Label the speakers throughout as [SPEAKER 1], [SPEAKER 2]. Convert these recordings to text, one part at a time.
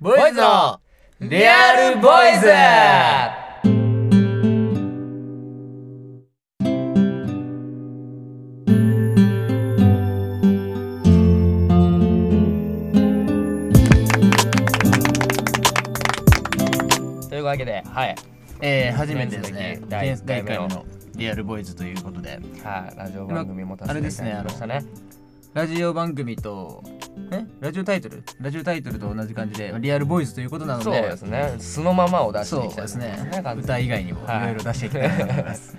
[SPEAKER 1] ボイズのリアルボイズというわけで、はい、
[SPEAKER 2] えー、初めてですね
[SPEAKER 1] 記念
[SPEAKER 2] 第
[SPEAKER 1] すべ
[SPEAKER 2] 第
[SPEAKER 1] き第
[SPEAKER 2] 回
[SPEAKER 1] 一回目
[SPEAKER 2] のリアルボーイズということで
[SPEAKER 1] はい、ラジオ番組も達
[SPEAKER 2] あれ
[SPEAKER 1] 成
[SPEAKER 2] で
[SPEAKER 1] し
[SPEAKER 2] すね
[SPEAKER 1] ましたね。
[SPEAKER 2] ラジオ番組とえラジオタイトルラジオタイトルと同じ感じでリアルボーイズということなので
[SPEAKER 1] そうですね、素のままを出して
[SPEAKER 2] そ
[SPEAKER 1] いき
[SPEAKER 2] う
[SPEAKER 1] たい
[SPEAKER 2] ですね
[SPEAKER 1] 完全に
[SPEAKER 2] 歌以外にもい
[SPEAKER 1] はい
[SPEAKER 2] ろいろ出していきたいと思います、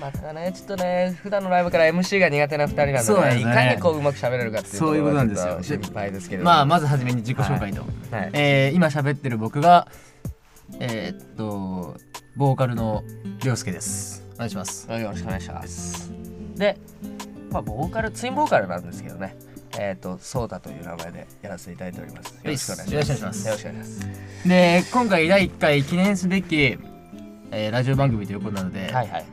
[SPEAKER 1] またね、ちょっとね、普段のライブから MC が苦手な2人なんで、ね
[SPEAKER 2] そうなんです
[SPEAKER 1] い
[SPEAKER 2] ね
[SPEAKER 1] かにこううまく喋れるかっていう
[SPEAKER 2] そういうことなんですよ
[SPEAKER 1] ところがちょっと心配ですけれども。
[SPEAKER 2] まあまずはじめに自己紹介と、
[SPEAKER 1] はい
[SPEAKER 2] えー、今喋ってる僕がえー、っとボーカルの涼介ですお願いします
[SPEAKER 1] はいよろしくお願いします。で、まあ、ボーカル、ツインボーカルなんですけどね、えっ、と、ソータという名前でやらせていただいております。よろしくお願いします。
[SPEAKER 2] よろしくお願いします
[SPEAKER 1] よろしくお願いします。
[SPEAKER 2] で今回第1回記念すべき、えーラジオ番組ということなので、
[SPEAKER 1] はいはい。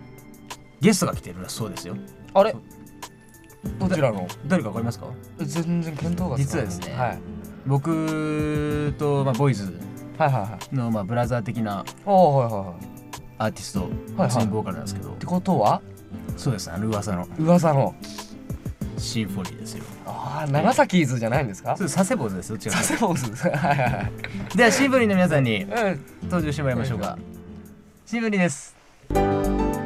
[SPEAKER 2] ゲストが来てるらそうですよ
[SPEAKER 1] あれどちらの
[SPEAKER 2] 誰かわかりますか
[SPEAKER 1] 全然見当がつかない
[SPEAKER 2] 実はですね
[SPEAKER 1] はい、
[SPEAKER 2] 僕と、まあ、ボイズ
[SPEAKER 1] はいはいはい。
[SPEAKER 2] の、まあ、ブラザー的な
[SPEAKER 1] おーはいはいはい。っ
[SPEAKER 2] アーティスト、
[SPEAKER 1] はいはい
[SPEAKER 2] ツインボーカルなんですけど
[SPEAKER 1] てことは
[SPEAKER 2] そうですあの噂の
[SPEAKER 1] 噂の。
[SPEAKER 2] シンフォニーですよ
[SPEAKER 1] ああ、長崎伊豆じゃないんですか
[SPEAKER 2] それ佐世保ですどっちら
[SPEAKER 1] 佐世保ズ。 はいはい
[SPEAKER 2] ではシンフォニーの皆さんに
[SPEAKER 1] はい。うん。
[SPEAKER 2] 登場してもらいましょうかシンフォニーです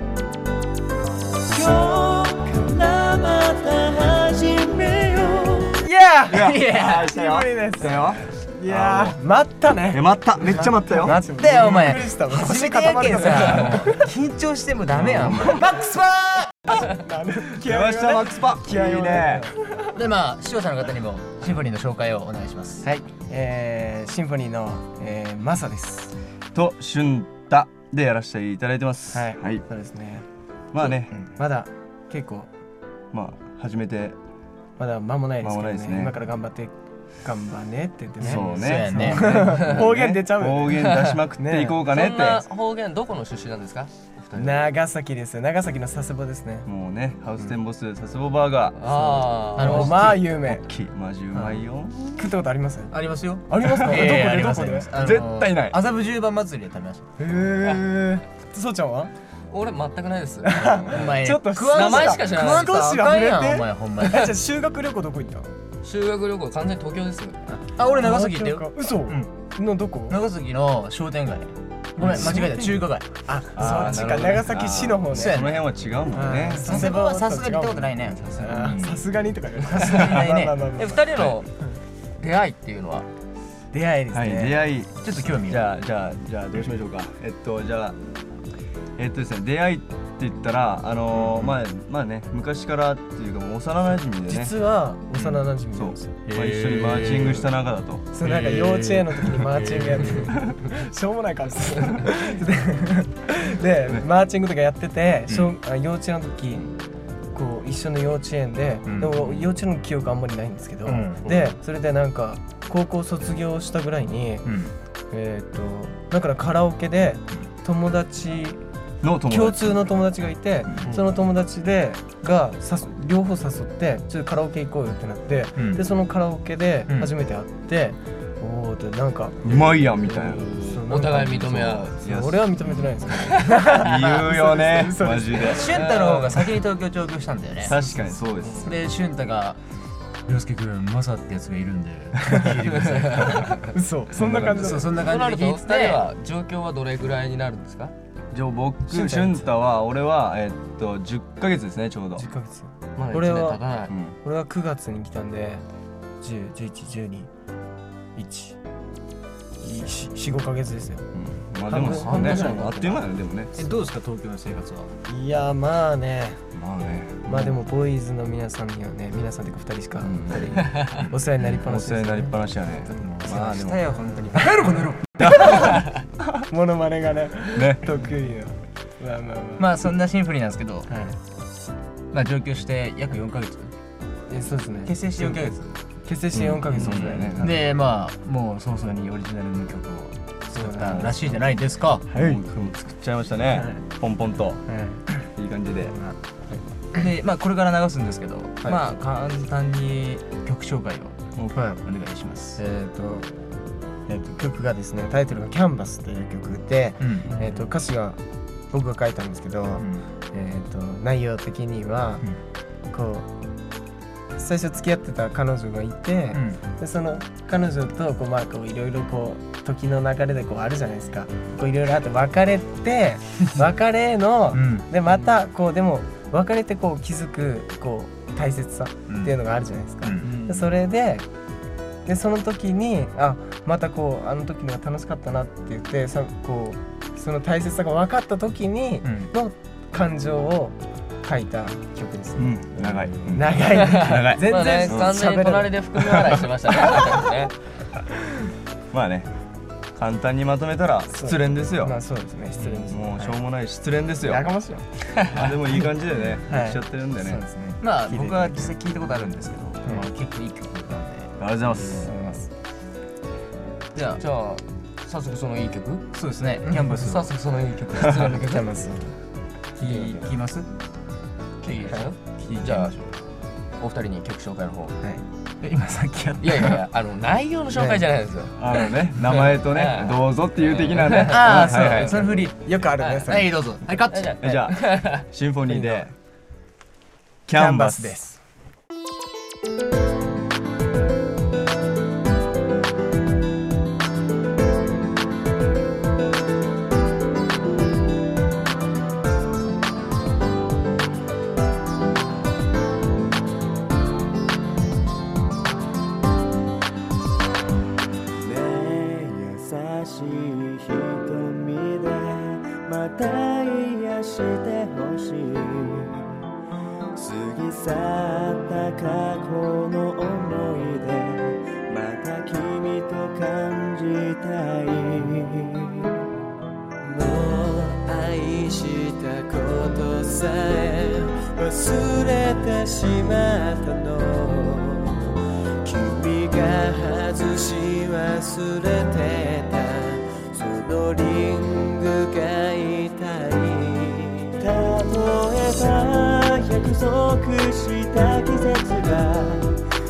[SPEAKER 3] いや
[SPEAKER 2] いや
[SPEAKER 3] したよ
[SPEAKER 4] だよいやー待ったね
[SPEAKER 3] え待っためっちゃ待ったよ
[SPEAKER 2] 待ってよお前
[SPEAKER 4] びっくりした
[SPEAKER 2] 初めてやけんさもう緊張してもダメやんマックスファ
[SPEAKER 4] 気
[SPEAKER 3] よっしゃマックスパ
[SPEAKER 4] 気合いをね
[SPEAKER 3] いいね
[SPEAKER 2] ーでまあ視聴者の方にもシンフォニーの紹介をお願いします
[SPEAKER 4] はい、えー、シンフォニーの、えー、マサです
[SPEAKER 3] と俊太でやらせていただいてます
[SPEAKER 4] はい、そうですね
[SPEAKER 3] まあね
[SPEAKER 4] まだ結構
[SPEAKER 3] まあ初めて
[SPEAKER 4] まだ間もないです
[SPEAKER 3] 間
[SPEAKER 4] け
[SPEAKER 3] もな
[SPEAKER 4] ど
[SPEAKER 3] い
[SPEAKER 4] ね
[SPEAKER 3] ですね
[SPEAKER 4] 今から頑張って頑張ねって言ってね
[SPEAKER 3] そう
[SPEAKER 2] そうや
[SPEAKER 3] ね
[SPEAKER 2] ね
[SPEAKER 3] そう
[SPEAKER 4] 方言出ちゃうよね
[SPEAKER 3] 方言出しまくっていこうかね
[SPEAKER 1] そんな
[SPEAKER 3] っ
[SPEAKER 1] 方言どこの出身なんですかお二人
[SPEAKER 4] 長崎ですよ長崎の佐世保ですね
[SPEAKER 3] てもうねハウステンボス佐世保バーガー
[SPEAKER 1] あ
[SPEAKER 2] あ
[SPEAKER 1] あ
[SPEAKER 2] の
[SPEAKER 4] もうまあ有名
[SPEAKER 3] 大きいマジうまいよ
[SPEAKER 4] 食ったことあります
[SPEAKER 2] ありますよ
[SPEAKER 4] ありますか、
[SPEAKER 2] えーあり
[SPEAKER 4] ど
[SPEAKER 2] ま
[SPEAKER 4] こ
[SPEAKER 2] すあ
[SPEAKER 4] で
[SPEAKER 2] りま
[SPEAKER 4] どこです
[SPEAKER 2] あの
[SPEAKER 3] 絶対ない
[SPEAKER 2] 麻布十番祭りで食べまし
[SPEAKER 4] へーそうちゃんは
[SPEAKER 1] 俺全くないです。
[SPEAKER 2] たお前
[SPEAKER 4] ちょっと
[SPEAKER 2] 食わん
[SPEAKER 1] 名前しか知らない
[SPEAKER 2] 食わんとあかんや
[SPEAKER 4] 少しは触
[SPEAKER 2] ん
[SPEAKER 4] れて
[SPEAKER 2] お前ほんまに
[SPEAKER 4] えじゃあ修学旅行どこ行った
[SPEAKER 1] 修学旅行完全に東京です。
[SPEAKER 2] あ俺長崎行ったよ
[SPEAKER 4] 東京か嘘、のどこ
[SPEAKER 2] 長崎の商店街ごめん間違えた中華街
[SPEAKER 4] あ、
[SPEAKER 3] あー
[SPEAKER 4] そっ
[SPEAKER 3] な
[SPEAKER 4] ちか
[SPEAKER 3] るほどね
[SPEAKER 4] 長崎市の方ね
[SPEAKER 2] そうや
[SPEAKER 3] この辺は違うもんね
[SPEAKER 4] うん
[SPEAKER 2] 佐世保はさすがに行ったことないね
[SPEAKER 4] あーさすがにとか言われた
[SPEAKER 2] さすがにないね
[SPEAKER 4] まあまあまあま あ
[SPEAKER 1] え、二人の出会いっていうのは。
[SPEAKER 4] 出会いです
[SPEAKER 3] はい出
[SPEAKER 4] ね、
[SPEAKER 3] 会い
[SPEAKER 2] ちょっと興味
[SPEAKER 3] じ
[SPEAKER 2] が
[SPEAKER 3] ゃあじゃあじゃあどうしましょうかえっとじゃあえっとですね出会いって言ったらあのーまあまあね昔からっていうかもう幼馴染でね
[SPEAKER 4] 実は幼馴染
[SPEAKER 3] そ
[SPEAKER 4] な
[SPEAKER 3] うん
[SPEAKER 4] ですよ、
[SPEAKER 3] まあ、一緒にマーチングした仲だと
[SPEAKER 4] そうなんか幼稚園の時にマーチングやってて しょうもない感じですでマーチングとかやってて、しょうあ幼稚園の時こう一緒の幼稚園で、
[SPEAKER 2] うん
[SPEAKER 4] でも幼稚園の記憶あんまりないんですけど、
[SPEAKER 2] うん
[SPEAKER 4] でそれでなんか高校卒業したぐらいに、
[SPEAKER 2] うん
[SPEAKER 4] えっ、とだからカラオケで友達
[SPEAKER 3] の友達
[SPEAKER 4] 共通の友達がいて、
[SPEAKER 1] うん
[SPEAKER 4] その友達でが誘両方誘ってちょっとカラオケ行こうよってなって、
[SPEAKER 2] うん
[SPEAKER 4] でそのカラオケで
[SPEAKER 2] うん
[SPEAKER 4] 初めて会って、おおってなんか
[SPEAKER 3] うまいやんみたいな
[SPEAKER 4] そう
[SPEAKER 1] お互い認め合う。
[SPEAKER 3] いや
[SPEAKER 4] 俺は認めてないんですけど
[SPEAKER 3] 言うよ ね
[SPEAKER 4] 嘘
[SPEAKER 3] マ
[SPEAKER 4] です
[SPEAKER 3] ジで
[SPEAKER 2] 俊太の方が先に東京上京したんだよね
[SPEAKER 3] 確かにそうです
[SPEAKER 2] で俊太が「涼介くんマサってやつがいるんで聞いてください
[SPEAKER 4] 嘘そんな感」じ
[SPEAKER 2] そ
[SPEAKER 4] だ
[SPEAKER 2] うそんな
[SPEAKER 1] とな
[SPEAKER 2] 感
[SPEAKER 1] る
[SPEAKER 2] じ
[SPEAKER 1] と
[SPEAKER 2] で聞
[SPEAKER 1] 二
[SPEAKER 2] いて
[SPEAKER 1] 人
[SPEAKER 2] て
[SPEAKER 1] は状況はどれぐらいになるんですか。
[SPEAKER 3] じゃあ僕
[SPEAKER 4] 俊太
[SPEAKER 3] 俊太は俺はえっと10ヶ月ですねちょうど、
[SPEAKER 4] 10ヶ月
[SPEAKER 1] まだ一
[SPEAKER 4] 俺
[SPEAKER 1] 年
[SPEAKER 4] は
[SPEAKER 1] 経たない。
[SPEAKER 3] うん
[SPEAKER 4] 俺は9月に来たんで1011121415ヶ月ですよ
[SPEAKER 3] うんまあでもそうね
[SPEAKER 4] 半分ぐらい
[SPEAKER 3] あっという間だねでもね
[SPEAKER 2] えどうですか東京の生活はい
[SPEAKER 4] やまあね
[SPEAKER 3] まあね
[SPEAKER 4] まあでもボーイズの皆さんにはね皆さんというか2人しか
[SPEAKER 3] ん
[SPEAKER 4] お世話になりっぱな
[SPEAKER 3] お
[SPEAKER 4] し
[SPEAKER 3] 世話に
[SPEAKER 4] ですよ
[SPEAKER 3] なり
[SPEAKER 4] ね
[SPEAKER 3] っぱなしやねまあで
[SPEAKER 2] し
[SPEAKER 3] も
[SPEAKER 2] たよ本当にバカ野郎この野郎
[SPEAKER 4] モノマネがね
[SPEAKER 3] ね
[SPEAKER 4] 得意のまあまあまあ
[SPEAKER 2] まあそんなシンフォニーなんですけど
[SPEAKER 4] はい
[SPEAKER 2] まあ上京して約4ヶ月
[SPEAKER 4] えそうですね
[SPEAKER 2] 結成して4ヶ月
[SPEAKER 4] 結成して4ヶ月
[SPEAKER 3] そうだよねなんか
[SPEAKER 2] でまあもう早々にオリジナルの曲を
[SPEAKER 4] そう
[SPEAKER 2] 作っ
[SPEAKER 4] だ
[SPEAKER 2] た
[SPEAKER 4] ね
[SPEAKER 2] らしいじゃないですか
[SPEAKER 3] はい、作っちゃいましたね、ポンポンと
[SPEAKER 4] はい
[SPEAKER 3] いい感じで
[SPEAKER 2] でまあこれから流すんですけどまあ簡単に曲紹介をお願いします
[SPEAKER 4] えっとえっと曲がですねタイトルが「キャンバス」という曲で、
[SPEAKER 2] うん
[SPEAKER 4] えー、と歌詞が僕が書いたんですけど、えー、と内容的には、こう最初付き合ってた彼女がいて、でその彼女とこうまあこういろいろこう時の流れでこうあるじゃないですかこういろいろあって別れ て別れの、でまたこうでも別れてこう気づくこう大切さっていうのがあるじゃないですか。でそれででその時にあまたこうあの時のが楽しかったなって言ってさこうその大切さが分かった時にの感情を書いた曲です
[SPEAKER 3] う
[SPEAKER 4] ね。
[SPEAKER 3] ん長いうん
[SPEAKER 4] 長い
[SPEAKER 3] 長い
[SPEAKER 4] 全
[SPEAKER 1] まあね完全
[SPEAKER 4] 然
[SPEAKER 1] に
[SPEAKER 4] 喋れな
[SPEAKER 1] 隣
[SPEAKER 4] い
[SPEAKER 1] で含み笑いしてましたね確かにね
[SPEAKER 3] まあね簡単にまとめたら失恋ですよ
[SPEAKER 4] まあそうですね失礼ですね
[SPEAKER 3] もうしょうもない失恋ですよ
[SPEAKER 4] やかましいわ
[SPEAKER 3] でもいい感じでね
[SPEAKER 4] はい
[SPEAKER 3] しちゃってるんで
[SPEAKER 4] そう
[SPEAKER 3] ね
[SPEAKER 4] ですね
[SPEAKER 2] まあ
[SPEAKER 4] 聞いて
[SPEAKER 2] 僕は実際聞いたことあるんですけど、
[SPEAKER 4] ん
[SPEAKER 2] まあ、結構いい曲なんで
[SPEAKER 3] ありがとうございます
[SPEAKER 4] 思います
[SPEAKER 2] じゃ
[SPEAKER 1] じゃあ早速そのいい曲
[SPEAKER 2] あそうですねキャンバス
[SPEAKER 1] 早速そのいい曲失礼の曲
[SPEAKER 4] じゃあまず
[SPEAKER 2] 聞きます
[SPEAKER 1] いいですよ
[SPEAKER 2] 聞い
[SPEAKER 1] じゃあお二人に曲紹介の方
[SPEAKER 2] 今さっきやっ
[SPEAKER 1] いやいやいやあの内容の紹介じゃないですよ
[SPEAKER 3] あのね名前とね
[SPEAKER 1] うん
[SPEAKER 3] どうぞっていう的なね
[SPEAKER 2] ああ、
[SPEAKER 3] はいはい
[SPEAKER 2] そう、その振り。
[SPEAKER 4] よくあるねそれ
[SPEAKER 2] はい、どうぞ。はい、カッチ。
[SPEAKER 3] じゃあシンフォニーでキャンバス
[SPEAKER 4] す
[SPEAKER 5] ねえ優しい瞳でまた癒してほしい過ぎ去った過去の思い出また君と感じたいもう愛したことさえ忘れてしまったの君が外し忘れてたそのリングが痛い例えば約束した季節が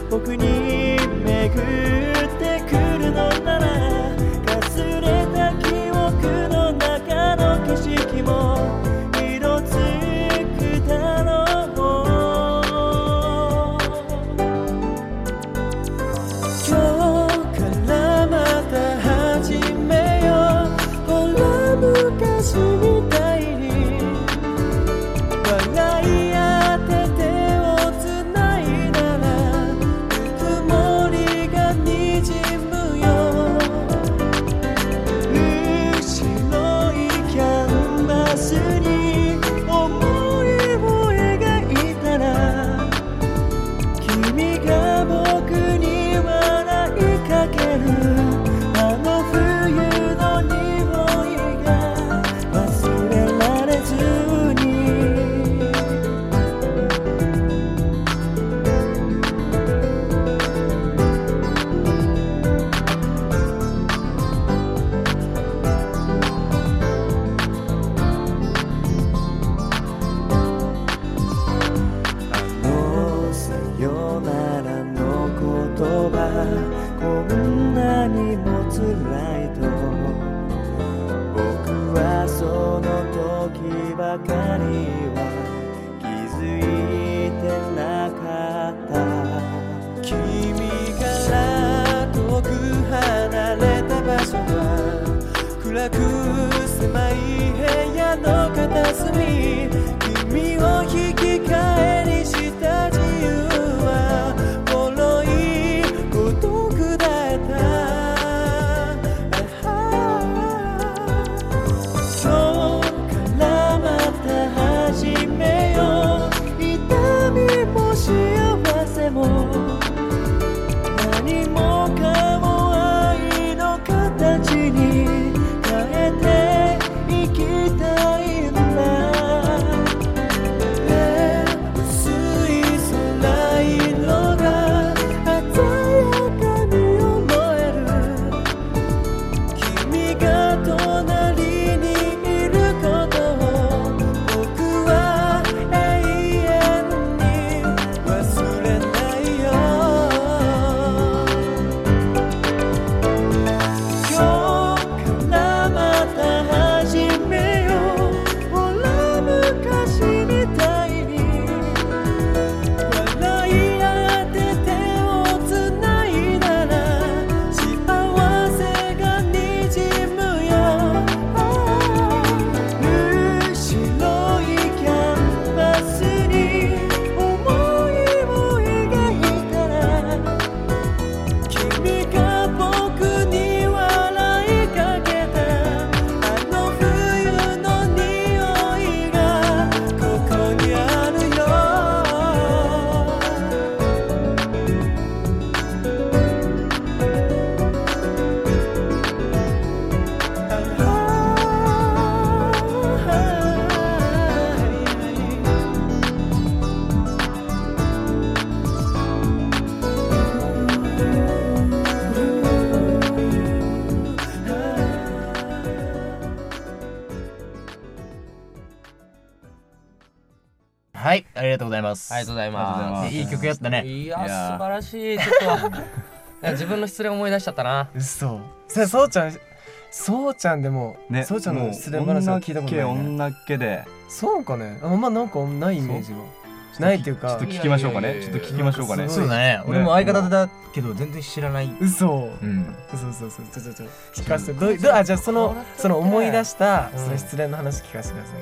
[SPEAKER 5] 僕に巡ってくるのならかすれた記憶の中の景色も色づくだろう今日からまた始めようほら昔みたいに笑い合って手をつないだらぬくもりがにじむよ白いキャンバスに思いを描いたら君が僕に笑いかけるあの冬の匂いが忘
[SPEAKER 2] はい、ありがとうございます。
[SPEAKER 1] ありがとうございま
[SPEAKER 3] ありがとうございます
[SPEAKER 2] いい曲やった
[SPEAKER 1] す。
[SPEAKER 2] ね。
[SPEAKER 1] いや
[SPEAKER 3] いや
[SPEAKER 1] 素晴ら しいちょっとなんか自分の失恋思い出しちゃったな。
[SPEAKER 4] 嘘それそうちゃんそうちゃんでも
[SPEAKER 3] ね
[SPEAKER 4] そうちゃん
[SPEAKER 3] もう
[SPEAKER 4] の失恋話は聞いたことない、ね、
[SPEAKER 3] 女っ気女っ気で
[SPEAKER 4] そうかねあんまなんかないイメージがないっていうか
[SPEAKER 3] ちょっと聞きましょうか
[SPEAKER 1] いやい
[SPEAKER 3] ね
[SPEAKER 1] やい
[SPEAKER 3] ちょ
[SPEAKER 1] や
[SPEAKER 3] っと聞きましょうかね
[SPEAKER 4] す
[SPEAKER 2] そ
[SPEAKER 4] ご
[SPEAKER 2] う
[SPEAKER 4] い
[SPEAKER 2] だね。俺も相方だけど全然知らない。
[SPEAKER 4] 嘘
[SPEAKER 2] うん。
[SPEAKER 4] そうそうそうちょちょちょ聞かせてどうどうあじゃあそのその思い出した、その失恋の話聞かせてください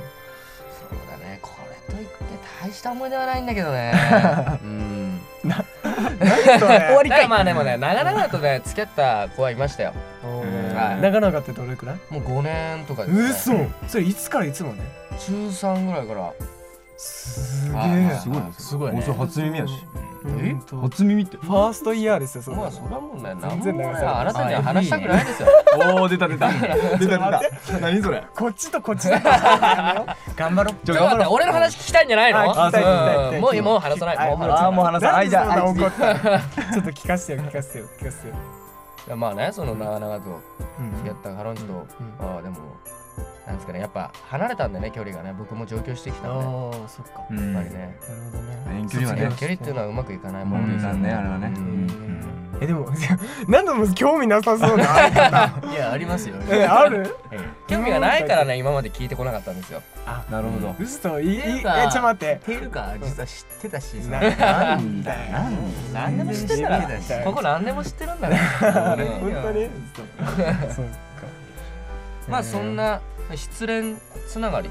[SPEAKER 1] そうだねこれといって大した思い出はないんだけど ねうん
[SPEAKER 4] 終わ
[SPEAKER 1] だからまあでもね長々とね付き合った子はいましたよはい
[SPEAKER 4] 長々ってどれくらい
[SPEAKER 1] もう5年とかです、ね、
[SPEAKER 4] 嘘それいつからいつまで
[SPEAKER 1] 中3ぐらいから
[SPEAKER 4] すげ
[SPEAKER 1] あ
[SPEAKER 4] え
[SPEAKER 1] すごいね
[SPEAKER 2] すごいね
[SPEAKER 3] 俺それ初耳やし
[SPEAKER 1] え
[SPEAKER 4] うんとフ
[SPEAKER 3] 初耳って
[SPEAKER 4] ァーストイヤーですよそれ
[SPEAKER 1] まあそれはもうね何
[SPEAKER 4] 全
[SPEAKER 1] も
[SPEAKER 4] 然
[SPEAKER 1] ね
[SPEAKER 4] 長さない
[SPEAKER 1] あなたには話したくないですよ
[SPEAKER 3] おお出た出た 出た出た何それ
[SPEAKER 4] こっちとこっちだから
[SPEAKER 2] 頑張ろう。
[SPEAKER 1] ちょっと待って俺の話聞きたいんじゃないの
[SPEAKER 4] あ聞きたい聞きたい
[SPEAKER 1] うん
[SPEAKER 4] 聞きたい
[SPEAKER 1] もう今もう話さないもう話
[SPEAKER 3] あ
[SPEAKER 1] さ
[SPEAKER 3] あもう
[SPEAKER 1] な
[SPEAKER 3] 話さないあいじゃあ
[SPEAKER 4] なんでそんな
[SPEAKER 3] あ
[SPEAKER 4] 怒ったちょっと聞かせてよ聞かせてよ聞かせてよ
[SPEAKER 1] いいやまあねその長々と
[SPEAKER 4] うん
[SPEAKER 1] 付き合った彼女と
[SPEAKER 4] うん
[SPEAKER 1] まあでもなんですかねやっぱ離れたんでね距離がね僕も上京してきたんでやっ
[SPEAKER 4] ああそっか
[SPEAKER 1] ぱ
[SPEAKER 3] う
[SPEAKER 1] りね
[SPEAKER 3] ん
[SPEAKER 4] なるほどね
[SPEAKER 3] 遠距離は
[SPEAKER 1] 距
[SPEAKER 3] ね
[SPEAKER 4] 卒
[SPEAKER 1] 離っていうのはうまくいかないも
[SPEAKER 3] も
[SPEAKER 1] の
[SPEAKER 3] う
[SPEAKER 1] ですよ
[SPEAKER 3] ねあれはね
[SPEAKER 1] うん
[SPEAKER 4] えでも 何度も興味なさそうな
[SPEAKER 2] いや、ありますよ。
[SPEAKER 4] えある
[SPEAKER 1] 興味がないからね今まで聞いてこなかったんですよ
[SPEAKER 3] なるほど
[SPEAKER 4] 嘘いい
[SPEAKER 2] っ
[SPEAKER 4] い
[SPEAKER 2] て
[SPEAKER 4] え
[SPEAKER 2] いう
[SPEAKER 4] ちょ
[SPEAKER 2] か
[SPEAKER 4] っと待って
[SPEAKER 2] ていうか、実は知ってたし
[SPEAKER 4] な
[SPEAKER 2] さ。
[SPEAKER 3] なんだよなんだよ
[SPEAKER 1] 何でも知ってんだ
[SPEAKER 2] 全然知って
[SPEAKER 1] な
[SPEAKER 2] た
[SPEAKER 1] ここ何でも知ってるんだねうん
[SPEAKER 4] 本当に嘘そう
[SPEAKER 1] まあそんな失恋つながり